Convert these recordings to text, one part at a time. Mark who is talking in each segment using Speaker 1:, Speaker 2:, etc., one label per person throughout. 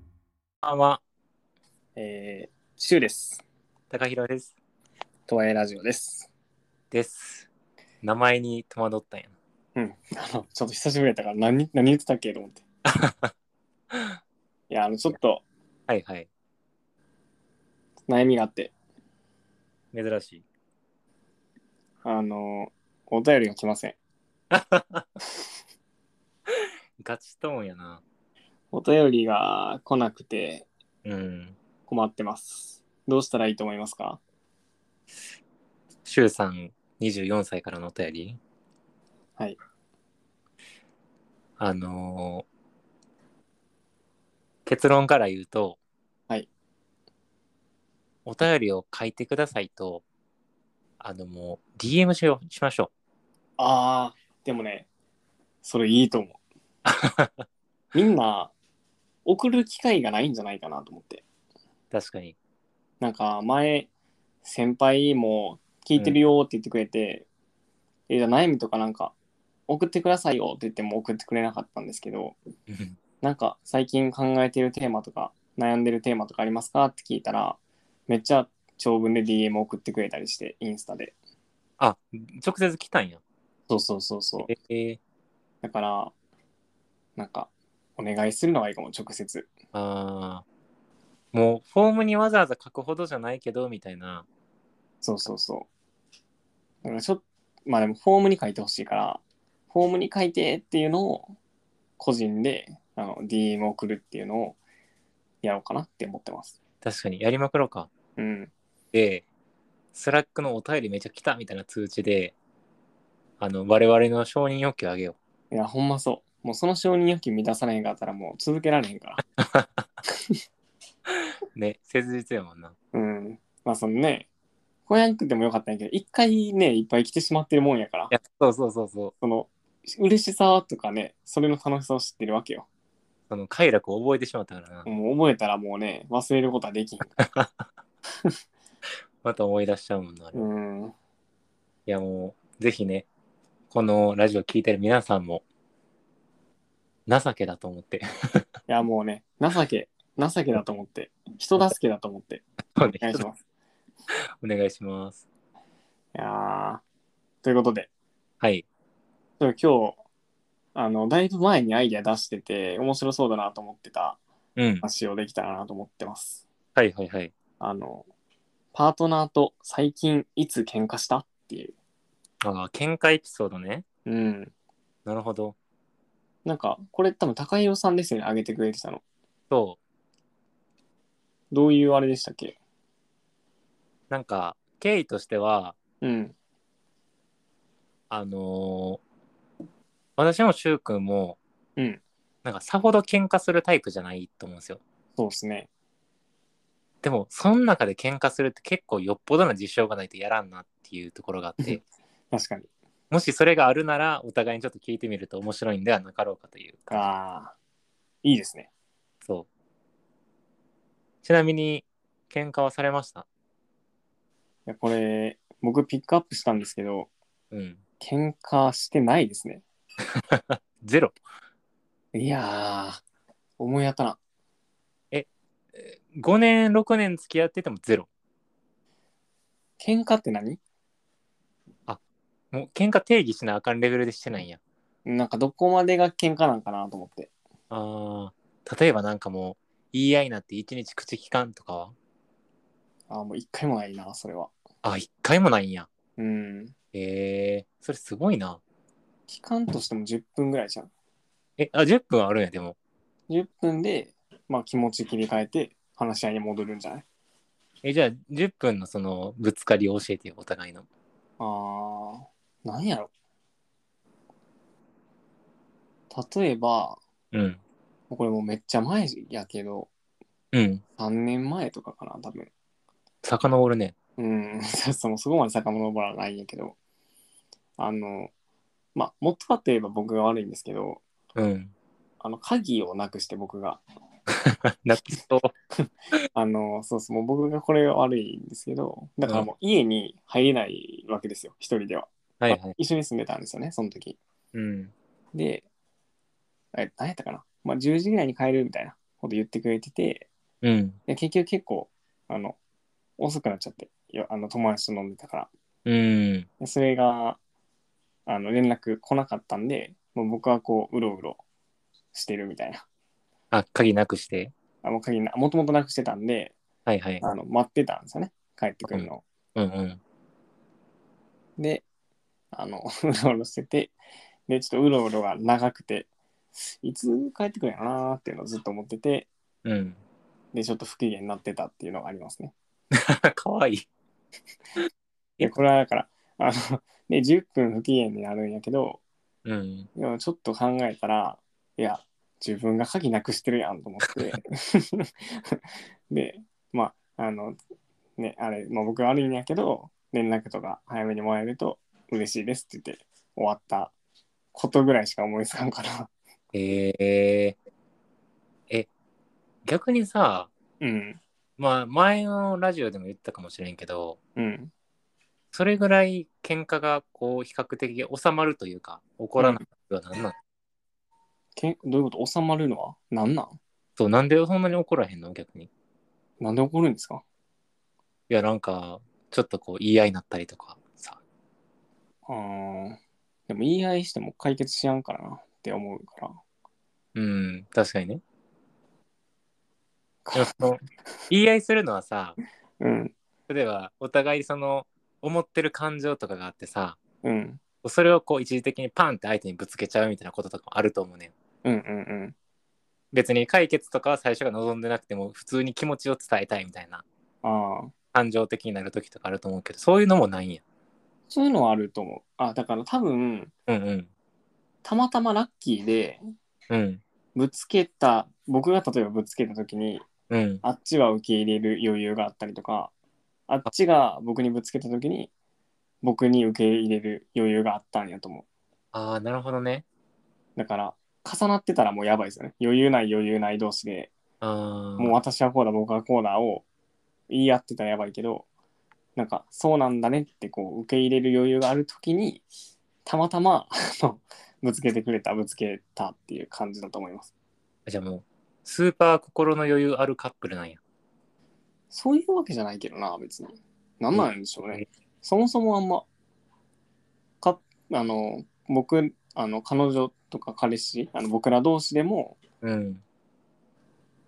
Speaker 1: こんばんは、
Speaker 2: えー、シュウです。
Speaker 1: 高弘です。
Speaker 2: 東映ラジオです。
Speaker 1: です。名前に戸惑ったんや
Speaker 2: うん。あの、ちょっと久しぶりだったから、何、何言ってたっけと思って。
Speaker 1: な。
Speaker 2: いや、あの、ちょっと
Speaker 1: はいはい。
Speaker 2: 悩みがあって、
Speaker 1: 珍しい。
Speaker 2: あの、お便りが来ません。
Speaker 1: ガチトーンやな。
Speaker 2: お便りが来なくて
Speaker 1: うん。
Speaker 2: 困ってます。どうしたらいいと思いますか
Speaker 1: シュウさん、24歳からのお便り
Speaker 2: はい。
Speaker 1: あのー結論から言うと、
Speaker 2: はい。
Speaker 1: お便りを書いてくださいと、あのもう、DM しようしましょう。
Speaker 2: あー、でもね、それいいと思う。みんな、送る機会がないんじゃないかなと思って。
Speaker 1: 確かに。
Speaker 2: なんか前先輩も聞いてるよって言ってくれて、えじゃあ悩みとかなんか送ってくださいよって言っても送ってくれなかったんですけどなんか最近考えてるテーマとか悩んでるテーマとかありますかって聞いたらめっちゃ長文で DM 送ってくれたりしてインスタで
Speaker 1: あ、直接来たんや。
Speaker 2: そうそうそうそう
Speaker 1: えー、
Speaker 2: だからなんかお願いするのがいいかも直接
Speaker 1: あーもうフォームにわざわざ書くほどじゃないけどみたいな。
Speaker 2: そうそうそう。だからちょっと、まあでもフォームに書いてほしいから、フォームに書いてっていうのを個人であの DM を送るっていうのをやろうかなって思ってます。
Speaker 1: 確かにやりまくろうか。
Speaker 2: うん。
Speaker 1: で、スラックのお便りめちゃ来たみたいな通知で、あの、我々の承認欲求あげよ
Speaker 2: いや、ほんまそう。もうその承認欲求満たさないんかったらもう続けられへんから。
Speaker 1: う。ね、切実やもんな。
Speaker 2: うん。まあそのね、来やんくてもよかったんやけど、一回ね、いっぱい来てしまってるもんやから
Speaker 1: い、や、そうそうそうそう。
Speaker 2: その、嬉しさとかね、それの楽しさを知ってるわけよ。
Speaker 1: その快楽を覚えてしまったからな。
Speaker 2: もう覚えたらもうね、忘れることはできん。
Speaker 1: また思い出しちゃうもんな。あれい
Speaker 2: うん。
Speaker 1: や、もう、ぜひね、このラジオ聞いてる皆さんも、情けだと思って。
Speaker 2: いやもうね、情け、情けだと思って、人助けだと思って、
Speaker 1: お
Speaker 2: お願いします。
Speaker 1: 願いします。
Speaker 2: いやーということで、
Speaker 1: はい。
Speaker 2: ちょっと今日、あの、だいぶ前にアイデア出してて、面白そうだなと思ってた
Speaker 1: うん。
Speaker 2: 話をできたらなと思ってます。
Speaker 1: はいはいはい。
Speaker 2: あの、パートナーと最近いつ喧嘩したっていう。
Speaker 1: ああ、喧嘩エピソードね。
Speaker 2: うん。
Speaker 1: なるほど。
Speaker 2: なんか、これ多分高井さんですよね、あげてくれてたの。
Speaker 1: そ
Speaker 2: どういうあれでしたっけ
Speaker 1: う。なんか、経緯としては、
Speaker 2: うん。
Speaker 1: あのー私もく君も、
Speaker 2: うん
Speaker 1: なんかさほど喧嘩するタイプじゃないと思うんですよ。
Speaker 2: そうですね。
Speaker 1: でも、その中で喧嘩するって結構よっぽどな事象がないとやらんなっていうところがあって、
Speaker 2: 確かに。
Speaker 1: もしそれがあるなら、お互いにちょっと聞いてみると面白いんではなかろうかというか、
Speaker 2: ああ、いいですね。
Speaker 1: そう。ちなみに、喧嘩はされました
Speaker 2: いやこれ、僕ピックアップしたんですけど、
Speaker 1: うん。
Speaker 2: 喧嘩してないですね。
Speaker 1: ゼロ。
Speaker 2: いやー、思い当たらん。
Speaker 1: えー5年、6年付き合っててもゼロ。
Speaker 2: 喧嘩って何
Speaker 1: もう喧嘩定義しなあかんレベルでしてないんや。
Speaker 2: なんかどこまでが喧嘩なんかなと思って。
Speaker 1: ああ、例えばなんかもう、言い合いになって一日口聞かんとかは
Speaker 2: あーもう一回もないな、それは。
Speaker 1: あ、一回もないんや。
Speaker 2: うん。
Speaker 1: ええそれすごいな。
Speaker 2: 期間としても10分ぐらいじゃん。
Speaker 1: え、あ、10分あるんや、でも。
Speaker 2: 10分で、まあ気持ち切り替えて、話し合いに戻るんじゃない
Speaker 1: え、じゃあ、10分のその、ぶつかりを教えてよ、お互いの。
Speaker 2: あー、なんやろ。例えば、
Speaker 1: うん。
Speaker 2: これもうめっちゃ前やけど、
Speaker 1: うん。
Speaker 2: 3年前とかかな、多分。
Speaker 1: 遡るね。
Speaker 2: うん、 そのそこまで遡らないんやけど、あの、まあ、もっとかといえば僕が悪いんですけど、
Speaker 1: うん。
Speaker 2: あの、鍵をなくして僕が、
Speaker 1: 泣きそう。
Speaker 2: あの、そうそう、もう僕がこれが悪いんですけど、だからもう家に入れないわけですよ、一人では。
Speaker 1: はいはい。
Speaker 2: 一緒に住んでたんですよね、その時。
Speaker 1: うん。
Speaker 2: で、え、何やったかな。まあ、10時ぐらいに帰るみたいなこと言ってくれてて、
Speaker 1: うん。
Speaker 2: で結局結構あの遅くなっちゃっていやあの友達と飲んでたから
Speaker 1: うん。
Speaker 2: でそれがあの連絡来なかったんでもう僕はこううろうろしてるみたいな
Speaker 1: あ、鍵なくして。
Speaker 2: あもう鍵なもともとなくしてたんで
Speaker 1: はいはい。
Speaker 2: あの待ってたんですよね帰ってくるのを
Speaker 1: うんうん。
Speaker 2: であの うろうろしててでちょっとうろうろが長くていつ帰ってくるんやろなーっていうのをずっと思ってて
Speaker 1: うん。
Speaker 2: でちょっと不機嫌になってたっていうのがありますね
Speaker 1: かわいい。
Speaker 2: いやこれはだからあの、ね、10分不機嫌になるんやけど
Speaker 1: うん。
Speaker 2: でもちょっと考えたらいや自分が鍵なくしてるやんと思って でまああのねあれ、まあ、僕が悪いんやけど連絡とか早めにもらえると嬉しいですって言って終わったことぐらいしか思いつかんから
Speaker 1: えー、え、逆にさ、
Speaker 2: うん
Speaker 1: まあ前のラジオでも言ったかもしれんけど、
Speaker 2: うん
Speaker 1: それぐらい喧嘩がこう比較的収まるというか、起こらないのは何なん、
Speaker 2: けんどういうこと収まるのは何なん
Speaker 1: そう、なんでそんなに怒らへんの逆に。い
Speaker 2: なんで怒るんですか
Speaker 1: や、なんか、ちょっとこう言い合いになったりとかさ。
Speaker 2: うーんでも言い合いしても解決しやんからなって思うから
Speaker 1: うん、確かにね。でもその言い合いするのはさ、
Speaker 2: うん
Speaker 1: 例えばお互いその思ってる感情とかがあってさ、
Speaker 2: うん
Speaker 1: それをこう一時的にパンって相手にぶつけちゃうみたいなこととかもあると思うねん。
Speaker 2: うんうん
Speaker 1: 別に解決とかは最初が望んでなくても普通に気持ちを伝えたいみたいな
Speaker 2: うんああ
Speaker 1: 感情的になる時とかあると思うけどそういうのもないんや。
Speaker 2: そういうのはあると思う。あ、だから多分、
Speaker 1: うんうん
Speaker 2: たまたまラッキーで、
Speaker 1: うん
Speaker 2: ぶつけた、僕が例えばぶつけた時に、
Speaker 1: うん
Speaker 2: あっちは受け入れる余裕があったりとか、あっちが僕にぶつけた時に、僕に受け入れる余裕があったんやと思
Speaker 1: ああなるほどね。
Speaker 2: う。だから、重なってたらもうやばいですよね。余裕ない余裕ない同士で、
Speaker 1: あ
Speaker 2: もう私はこうだ、僕はこうだを言い合ってたらやばいけど、なんか、そうなんだねってこう、受け入れる余裕があるときに、たまたま、あのぶつけてくれた、ぶつけたっていう感じだと思います。
Speaker 1: うじゃあもうスーパー心の余裕あるカップルなんや。
Speaker 2: そういうわけじゃないけどな、別に。なんなんでしょう
Speaker 1: う
Speaker 2: ね。そもそもあんま、か、あの、僕、あの、彼女とか彼氏、あの、僕ら同士でも
Speaker 1: うん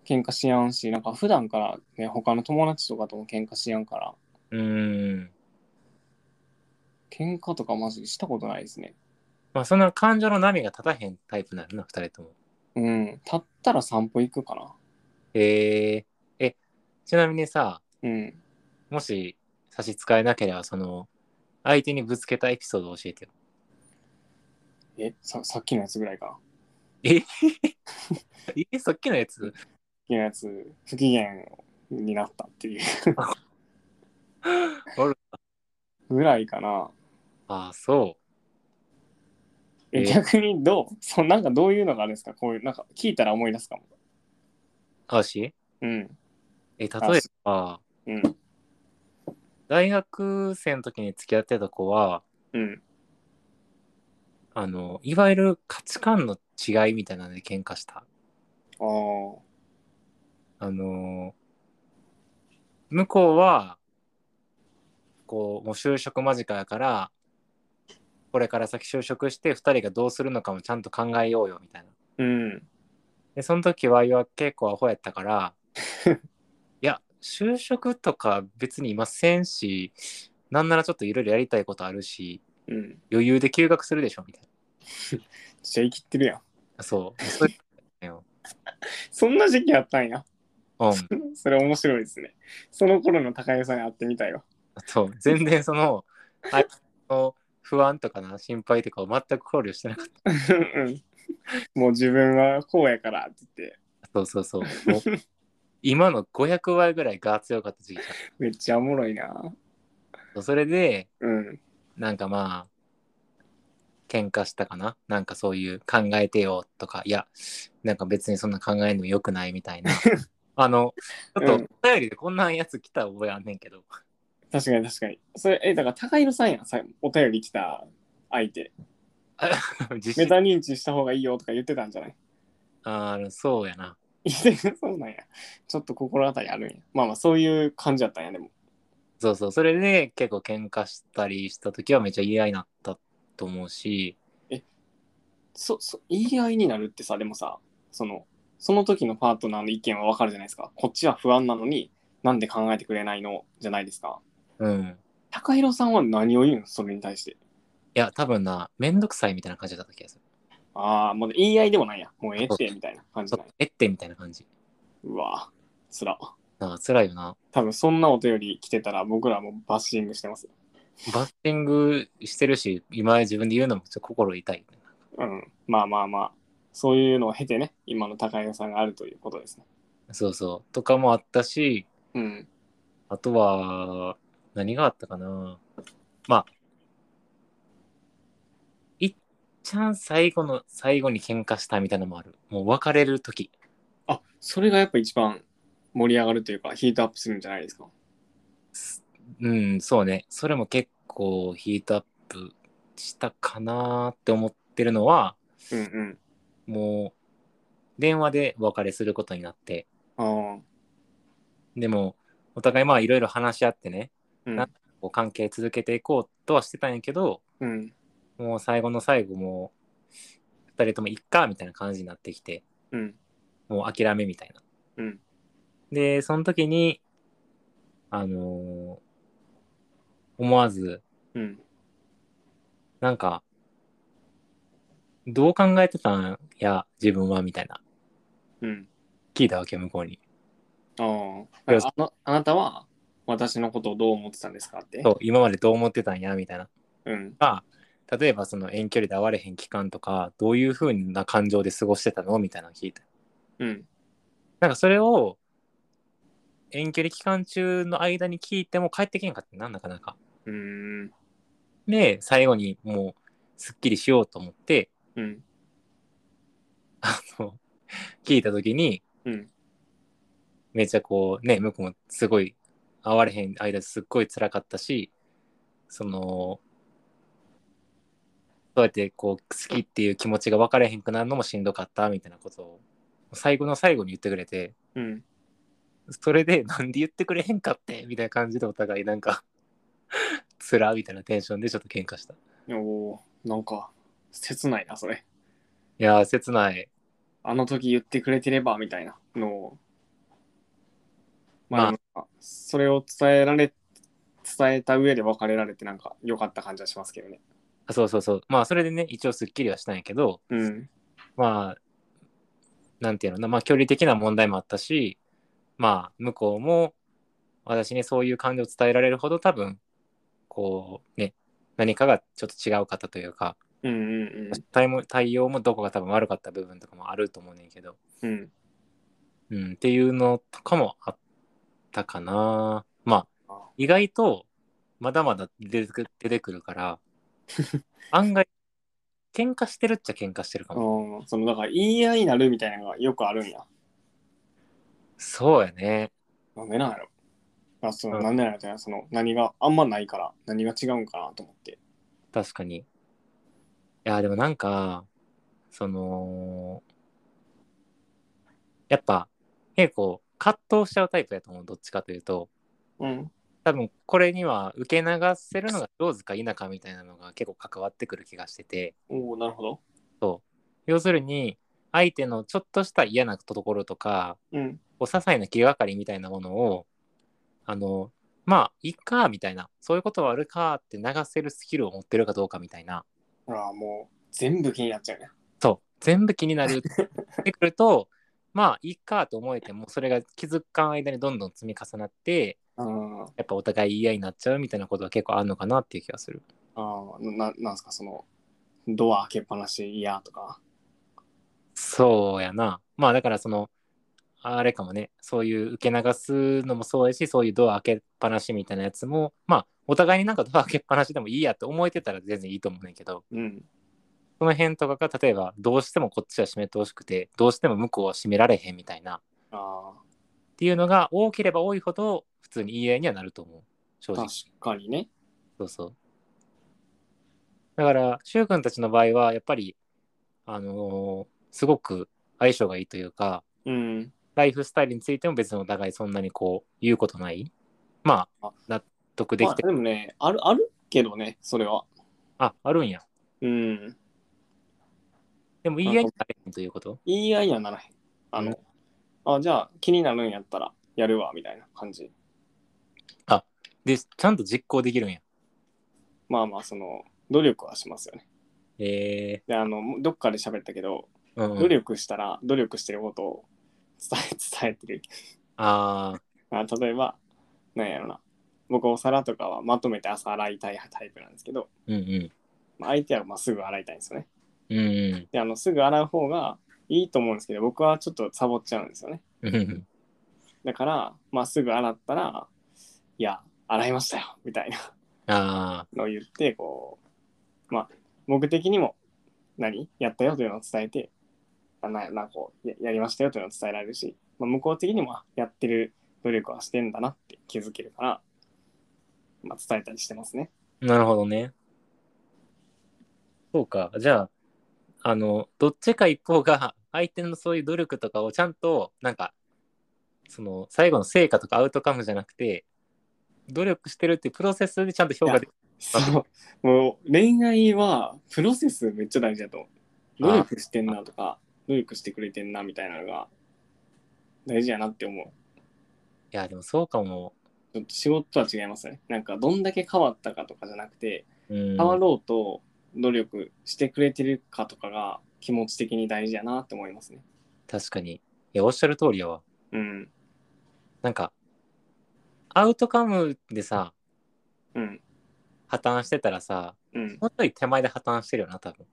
Speaker 2: 喧嘩しやんし、なんか普段からね、他の友達とかとも喧嘩しやんから、
Speaker 1: うーん
Speaker 2: 喧嘩とかマジでしたことないですね。
Speaker 1: まあそんな感情の波が立たへんタイプなのな2人とも。
Speaker 2: うん、立ったら散歩行くかな。
Speaker 1: えー、えちなみにさ
Speaker 2: うん。
Speaker 1: もし差し支えなければその相手にぶつけたエピソードを教えてよ。
Speaker 2: え、ささっきのやつぐらいかな。さ
Speaker 1: えさっきのやつ
Speaker 2: っきのやつ、不機嫌になったっていう
Speaker 1: あら
Speaker 2: ぐらいかな。
Speaker 1: ああそう。
Speaker 2: え、
Speaker 1: え
Speaker 2: 逆にどうそうなんかどういうのがあるんですかこういう、なんか聞いたら思い出すかも。
Speaker 1: あし
Speaker 2: うん。
Speaker 1: え、例
Speaker 2: あ
Speaker 1: え
Speaker 2: そ
Speaker 1: ば、
Speaker 2: うん。
Speaker 1: 大学生の時に付き合ってた子は、
Speaker 2: うん。
Speaker 1: あの、いわゆる価値観の違いみたいなので喧嘩した。
Speaker 2: ああ。
Speaker 1: あの、向こうは、こう、もう就職間近やから、これから先就職して、二人がどうするのかもちゃんと考えようよ、みたいな。
Speaker 2: うん。
Speaker 1: で、その時は、いわ結構アホやったから、いや、就職とか別にいませんし、なんならちょっといろいろやりたいことあるし、
Speaker 2: うん。
Speaker 1: 余裕で休学するでしょみたい
Speaker 2: じゃ生きってるやん。
Speaker 1: な。そう。そういうのよ
Speaker 2: そんな時期あったんや。
Speaker 1: うん。
Speaker 2: それ面白いですね。その頃の高井さんに会ってみたいわ。
Speaker 1: そう。全然その、あの不安とかな、心配とかを全く考慮してなかっ
Speaker 2: うん。もう自分はこうやからって言って、
Speaker 1: た。そうそうそう。もう今の500倍ぐらいが強かった時期
Speaker 2: めっちゃおもろいな。
Speaker 1: そうそれで、
Speaker 2: うん。
Speaker 1: なんかまあ、喧嘩したかななんかそういう考えてよとか、いや、なんか別にそんな考えんでもよくないみたいな。あの、ちょっとお便りでこんなやつ来た覚えあんねんけど。
Speaker 2: 確かに確かに。それ、え、だから高井さんやん、さお便り来た相手。
Speaker 1: 実
Speaker 2: メ
Speaker 1: 質
Speaker 2: タ認知した方がいいよとか言ってたんじゃない
Speaker 1: あーそうやな。
Speaker 2: そうなんや。ちょっと心当たりあるんや。まあまあ、そういう感じだったんや、でも。
Speaker 1: そうそう、それで結構喧嘩したりした時はめっちゃ嫌になったと思うし、
Speaker 2: そ、そ、言い合いになるってさ、でもさ、その、その時のパートナーの意見はわかるじゃないですか。こっちは不安なのに、なんで考えてくれないのじゃないですか。
Speaker 1: うん。
Speaker 2: 高弘さんは何を言うんそれに対して。
Speaker 1: いや、多分な、めんどくさいみたいな感じだった気がする。
Speaker 2: ああ、もう言い合いでもないや。もうええって、みたいな感じ
Speaker 1: そ
Speaker 2: な
Speaker 1: うん
Speaker 2: や。
Speaker 1: えってみたいな感じ。
Speaker 2: うわつら。
Speaker 1: なんか辛いよな。
Speaker 2: 多分そんなお便り来てたら僕らもバッシングしてます。
Speaker 1: バッティングしてるし、今自分で言うのもちょっと心痛い。
Speaker 2: うん。まあまあまあ、そういうのを経てね、今の高弘さんがあるということですね。
Speaker 1: そうそう。とかもあったし、
Speaker 2: うん。
Speaker 1: あとは、何があったかな。まあ、いっちゃん最後の最後に喧嘩したみたいなのもある。もう別れる時
Speaker 2: あ、それがやっぱ一番盛り上がるというか、ヒートアップするんじゃないですか。
Speaker 1: うん、そうね。それも結構ヒートアップしたかなーって思ってるのは、
Speaker 2: うんうん。
Speaker 1: もう、電話でお別れすることになって、
Speaker 2: ああ。
Speaker 1: でも、お互いまあいろいろ話し合ってね、
Speaker 2: うん
Speaker 1: な。こう関係続けていこうとはしてたんやけど、
Speaker 2: うん。
Speaker 1: もう最後の最後もう、二人ともいっか、みたいな感じになってきて、
Speaker 2: うん。
Speaker 1: もう諦めみたいな。
Speaker 2: うん。
Speaker 1: で、その時に、あのー思わず、
Speaker 2: うん。
Speaker 1: なんか、どう考えてたんや、自分は、みたいな。
Speaker 2: うん。
Speaker 1: 聞いたわけよ、向こうに。
Speaker 2: あ
Speaker 1: いや
Speaker 2: あ。あの、あなたは私のことをどう思ってたんですかって。
Speaker 1: そう、今までどう思ってたんや、みたいな。
Speaker 2: うん。
Speaker 1: まあ、例えばその遠距離で会われへん期間とか、どういう風な感情で過ごしてたのみたいなの聞いた。
Speaker 2: うん。
Speaker 1: なんかそれを、遠距離期間中の間に聞いても帰ってけんかってなんなかなか。
Speaker 2: うーん。
Speaker 1: で、最後にもう、すっきりしようと思って、
Speaker 2: うん。
Speaker 1: あの、聞いた時に、
Speaker 2: うん。
Speaker 1: めっちゃこうね向こうもすごい会われへん間すっごい辛かったしそのそうやってこう好きっていう気持ちが分かれへんくなるのもしんどかったみたいなことを最後の最後に言ってくれて
Speaker 2: うん。
Speaker 1: それで なんで言ってくれへんかってみたいな感じでお互いなんか辛みたいなテンションでちょっと喧嘩したい
Speaker 2: おーなんか、切ないな、それ。
Speaker 1: やー切ない
Speaker 2: あの時言ってくれてれば、みたいなのを。
Speaker 1: まあ
Speaker 2: まあ、なんかそれを伝えられ、伝えた上で別れられて、なんか良かった感じはしますけどね。
Speaker 1: あそうそうそうまあそれでね一応すっきりはしたんやけど
Speaker 2: うん。
Speaker 1: まあ、なんていうのかな、まあ、距離的な問題もあったし、まあ、向こうも、私にそういう感情を伝えられるほど多分、こう、ね、何かがちょっと違う方というか、
Speaker 2: うんうん
Speaker 1: 対も対応もどこが多分悪かった部分とかもあると思うねんけど、
Speaker 2: うん。うん。
Speaker 1: うん、っていうのとかもあったかな。まあ、意外と、まだまだ出てく出てくる から、案外、喧嘩してるっちゃ喧嘩してるかも。
Speaker 2: うん、そのだから言い合いになるみたいなのがよくあるんや。
Speaker 1: そうやね。
Speaker 2: なんでなんやろあその
Speaker 1: うん
Speaker 2: なんでなんやろじゃないその何があんまないから何が違うんかなと思って。
Speaker 1: 確かに。いや、でもなんか、その、やっぱ、結構、葛藤しちゃうタイプやと思う、どっちかというと。
Speaker 2: うん。
Speaker 1: 多分、これには受け流せるのが上手か否かみたいなのが結構関わってくる気がしてて、
Speaker 2: おおなるほど。
Speaker 1: 要するに、相手のちょっとした嫌なところとか、
Speaker 2: うん。
Speaker 1: お些細な気がかりみたいなものを、あの、まあ、いいか、みたいな、そういうことはあるかって流せるスキルを持ってるかどうかみたいな、
Speaker 2: ほらもう全部気になっちゃうね。
Speaker 1: そう全部気になるってくるとまあいいかと思えてもそれが気づかん間にどんどん積み重なって
Speaker 2: うん。あ
Speaker 1: やっぱお互い言い合いになっちゃうみたいなことは結構あるのかなっていう気がする
Speaker 2: あななんすかそのドア開けっぱなし嫌とか。
Speaker 1: そうやなまあだからそのあれかもねそういう受け流すのもそうやしそういうドア開けっぱなしみたいなやつもまあお互いになんかドア開けっぱなしでもいいやって思えてたら全然いいと思うねんけど
Speaker 2: うん。
Speaker 1: その辺とかが例えばどうしてもこっちは閉めてほしくてどうしても向こうは閉められへんみたいな
Speaker 2: あ
Speaker 1: っていうのが多ければ多いほど普通に言い合いにはなると思う正
Speaker 2: あ
Speaker 1: 直
Speaker 2: 確かにね。
Speaker 1: そうそうだからく君たちの場合はやっぱりあのーすごく相性がいいというか
Speaker 2: うん。
Speaker 1: ライフスタイルについても別にお互いそんなにこう言うことないまあ
Speaker 2: あ
Speaker 1: 納得できて、
Speaker 2: まあ、でもね、ある、あるけどね、それは。
Speaker 1: ああるんや
Speaker 2: うん。
Speaker 1: でも言い合いになれへんということ
Speaker 2: 言い合いにはならへん。あの、あ、じゃあ気になるんやったらやるわ、みたいな感じ。
Speaker 1: でちゃんと実行できるんや
Speaker 2: まあまあ、その、努力はしますよね。
Speaker 1: え
Speaker 2: で、あの、どっかで喋ったけど、
Speaker 1: ー、うん
Speaker 2: 努力したら、努力してることを伝え、伝えてる。
Speaker 1: ああ
Speaker 2: あ例えば、なんやろな。僕、お皿とかはまとめて朝洗いたいタイプなんですけど、
Speaker 1: うんうん
Speaker 2: まあ相手はまあすぐ洗いたいんですよね。
Speaker 1: うんうん
Speaker 2: で、あの、すぐ洗う方がいいと思うんですけど、僕はちょっとサボっちゃうんですよね。
Speaker 1: うんうん
Speaker 2: だから、まあ、すぐ洗ったら、いや、洗いましたよ、みたいな
Speaker 1: あ
Speaker 2: のを言って、こう、まあ、僕的にも、何やったよというのを伝えて、あな、な、こうや、やりましたよというのを伝えられるし、まあ、向こう的にも、あやってる努力はしてんだなって気づけるから、まあ、伝えたりしてますね。
Speaker 1: あなるほどねそうかじゃああのどっちか一方が相手のそういう努力とかをちゃんとなんかその最後の成果とかアウトカムじゃなくて努力してるっていうプロセスでちゃんと評価できる
Speaker 2: そう、もう、恋愛は、プロセスめっちゃ大事だと思う。努力してんなとか、努力してくれてんなみたいなのが、大事やなって思う。
Speaker 1: いやでもそうかも、
Speaker 2: ちょっと仕事とは違いますよね。なんかどんだけ変わったかとかじゃなくて、
Speaker 1: うん、
Speaker 2: 変わろうと努力してくれてるかとかが気持ち的に大事やなって思いますね。
Speaker 1: 確かにいやおっしゃる通りやわ
Speaker 2: うん。
Speaker 1: なんかアウトカムでさ
Speaker 2: うん。
Speaker 1: 破綻してたらさ
Speaker 2: うん。
Speaker 1: 本当に手前で破綻してるよな多分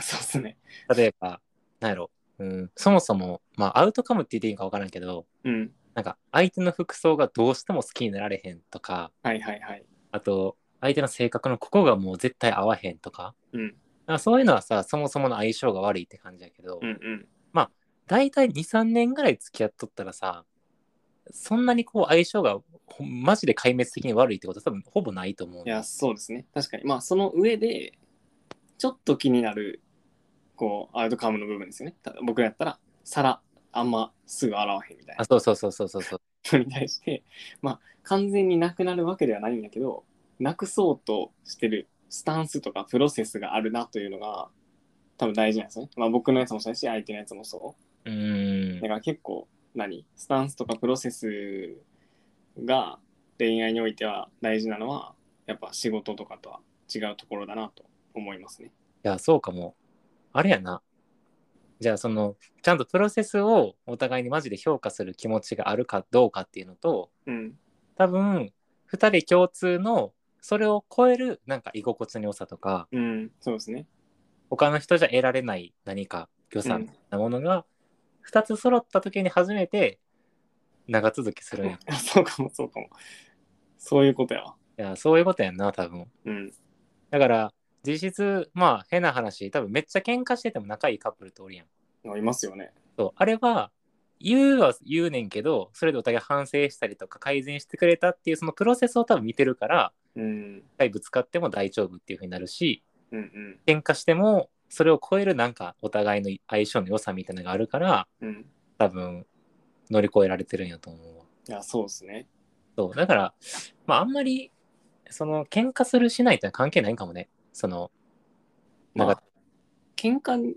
Speaker 2: そうっすね。
Speaker 1: 例えば、なんやろ、うん、そもそも、まあ、アウトカムって言っていいんか分からんけど、
Speaker 2: うん。
Speaker 1: なんか、相手の服装がどうしても好きになられへんとか、
Speaker 2: はいはいはい。
Speaker 1: あと、相手の性格のここがもう絶対合わへんとか、
Speaker 2: うん。
Speaker 1: なんかそういうのはさ、そもそもの相性が悪いって感じやけど
Speaker 2: う、んうん。
Speaker 1: 大体2、3年ぐらい付き合っとったらさ、そんなにこう相性がほんマジで壊滅的に悪いってことは多分ほぼないと思う
Speaker 2: い。や、そうですね。確かに。まあその上で、ちょっと気になる、こう、アウトカムの部分ですよね。た僕らやったら、皿、あんますぐ洗わへんみたいな
Speaker 1: あ、そうそうそうそうそうそう。
Speaker 2: のに対して、まあ、完全になくなるわけではないんだけどなくそうとしてるスタンスとかプロセスがあるなというのが多分大事なんですね。まあ、僕のやつもそうだし相手のやつもそうう。
Speaker 1: ー
Speaker 2: だ
Speaker 1: ん。
Speaker 2: から結構何スタンスとかプロセスが恋愛においては大事なのはやっぱ仕事とかとは違うところだなと思いますね。
Speaker 1: いや、そうかも。あれやな。じゃあ、その、ちゃんとプロセスをお互いにマジで評価する気持ちがあるかどうかっていうのと、
Speaker 2: うん。
Speaker 1: 多分、二人共通の、それを超える、なんか居心地の良さとか、
Speaker 2: うん。そうですね。
Speaker 1: 他の人じゃ得られない何か良さみたいなものが、二つ揃った時に初めて長続きするんや。い
Speaker 2: そうかもそうかも。そういうことやわ。
Speaker 1: や、そういうことやんな、多分。
Speaker 2: うん。
Speaker 1: だから、実質、まあ、変な話、多分めっちゃ喧嘩してても仲いいカップルっておるやん。
Speaker 2: いますよね。
Speaker 1: そうあれは言うは言うねんけどそれでお互い反省したりとか改善してくれたっていうそのプロセスを多分見てるから
Speaker 2: うん。
Speaker 1: 一回ぶつかっても大丈夫っていうふうになるし
Speaker 2: うんうん。
Speaker 1: 喧嘩してもそれを超えるなんかお互いの相性の良さみたいなのがあるから
Speaker 2: うん。
Speaker 1: 多分乗り越えられてるんやと思うわ
Speaker 2: いや、そうですね。
Speaker 1: そうだからまああんまりその喧嘩するしないってのは関係ないんかもねその
Speaker 2: ま
Speaker 1: なん
Speaker 2: あ、喧嘩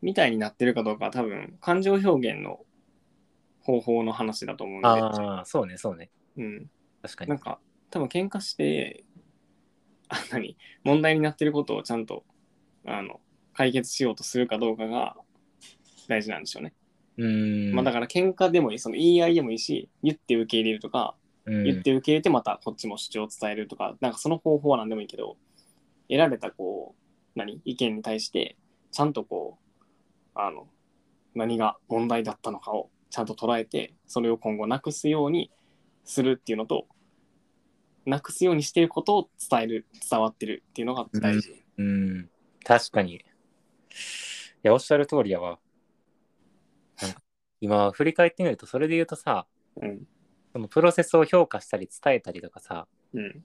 Speaker 2: みたいになってるかどうかは多分、感情表現の方法の話だと思うんで、
Speaker 1: ああそうねそうね
Speaker 2: うん、
Speaker 1: 確かに
Speaker 2: なんか、多分喧嘩して、あ何問題になってることをちゃんとあの解決しようとするかどうかが大事なんでしょうね。
Speaker 1: うーん
Speaker 2: まあ、だから喧嘩でもいい、その言い合いでもいいし、言って受け入れるとか、
Speaker 1: うん
Speaker 2: 言って受け入れてまたこっちも主張を伝えるとか、なんかその方法は何でもいいけど、得られたこう、何意見に対して、ちゃんとこう、あの、何が問題だったのかをちゃんと捉えて、それを今後なくすようにするっていうのと、なくすようにしていることを伝える、伝わってるっていうのが大事。
Speaker 1: うん、確かに。いや、おっしゃる通りやわ。なんか今、振り返ってみると、それで言うとさ、
Speaker 2: うん。
Speaker 1: そのプロセスを評価したり伝えたりとかさ、
Speaker 2: うん。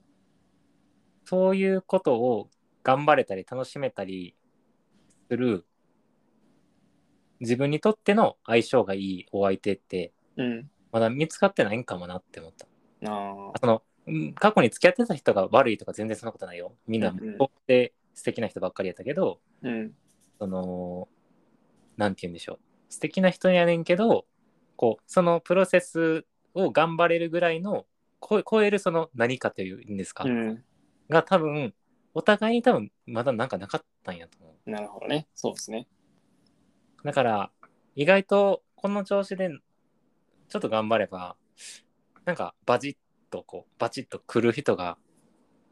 Speaker 1: そういうことを頑張れたり楽しめたりする自分にとっての相性がいいお相手って
Speaker 2: うん。
Speaker 1: まだ見つかってないんかもなって思った
Speaker 2: あ
Speaker 1: そのうん過去に付き合ってた人が悪いとか全然そんなことないよみんな
Speaker 2: うんうん
Speaker 1: こうって素敵な人ばっかりやったけど、
Speaker 2: あ。うん。
Speaker 1: そのなんて言うんでしょう素敵な人やねんけどこうそのプロセスを頑張れるぐらいのこ超えるその何かというんですか、
Speaker 2: うん。
Speaker 1: が多分お互いに多分まだなんかなかったんやと思
Speaker 2: なるほどね。そうですね。
Speaker 1: うだから意外とこの調子でちょっと頑張ればなんかバジッとこうバチッと来る人が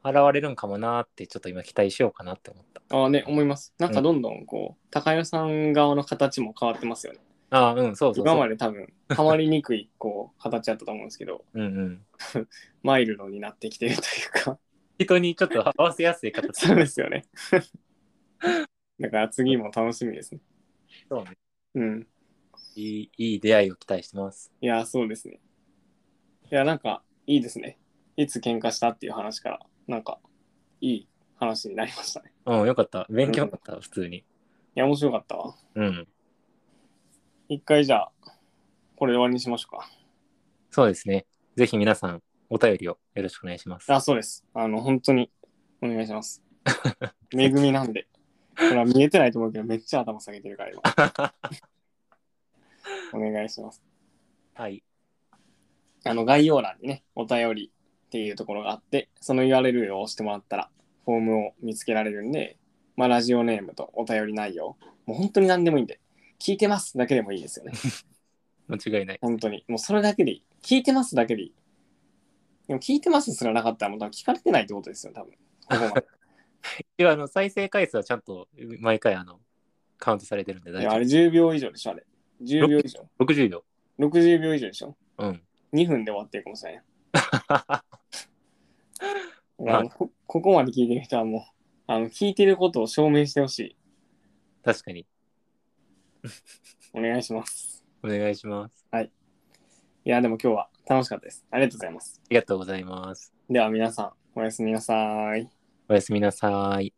Speaker 1: 現れるんかもなーってちょっと今期待しようかなって思った
Speaker 2: ああね、思います。なんかどんどんこう、高代さん側の形も変わってますよね。
Speaker 1: ああうんそうそう
Speaker 2: 今
Speaker 1: そう
Speaker 2: まで多分、変わりにくい、こう、形だったと思うんですけど、
Speaker 1: うんうん
Speaker 2: マイルドになってきてるというか、
Speaker 1: 人にちょっと合わせやすい形
Speaker 2: そうですよね。 だから次も楽しみですね。
Speaker 1: そうね
Speaker 2: うん。
Speaker 1: いい、いい出会いを期待してます。
Speaker 2: いや、そうですね。いや、なんか、いいですね。いつ喧嘩したっていう話から、なんか、いい話になりましたね。
Speaker 1: うん、よかった。勉強になった、普通に。
Speaker 2: いや、面白かったわ。
Speaker 1: うん。
Speaker 2: 一回じゃあ、これで終わりにしましょうか。
Speaker 1: そうですね。ぜひ皆さん、お便りをよろしくお願いします。
Speaker 2: あ、そうです。あの、本当に、お願いします。 恵みなんで。これは見えてないと思うけど、めっちゃ頭下げてるから、今。お願いします。
Speaker 1: はい。
Speaker 2: あの、概要欄にね、お便りっていうところがあって、その URL を押してもらったら、フォームを見つけられるんで、まあ、ラジオネームとお便り内容、もう本当に何でもいいんで、聞いてますだけでもいいですよね。
Speaker 1: 間違いない。
Speaker 2: 本当に。もうそれだけでいい。聞いてますだけでいい。でも聞いてますすらなかったら、もう多分聞かれてないってことですよ、多分。ここまで
Speaker 1: では、あの、再生回数はちゃんと、毎回、あの、カウントされてるんで
Speaker 2: い
Speaker 1: 大
Speaker 2: やあ
Speaker 1: 丈
Speaker 2: れ10秒以上でしょ、あれ。10秒以上。
Speaker 1: 夫。60秒。
Speaker 2: 60秒以上でしょ。
Speaker 1: うん。
Speaker 2: 2分で終わってるかもしれない。
Speaker 1: い
Speaker 2: あのこここまで聞いてる人はもう、あの聞いてることを証明してほしい。
Speaker 1: 確かに。
Speaker 2: お願いします。
Speaker 1: お願いします。
Speaker 2: いや、でも今日は楽しかったです。ありがとうございます
Speaker 1: あ。りがとうございます。
Speaker 2: では皆さん、おやすみなさい。
Speaker 1: おやすみなさい。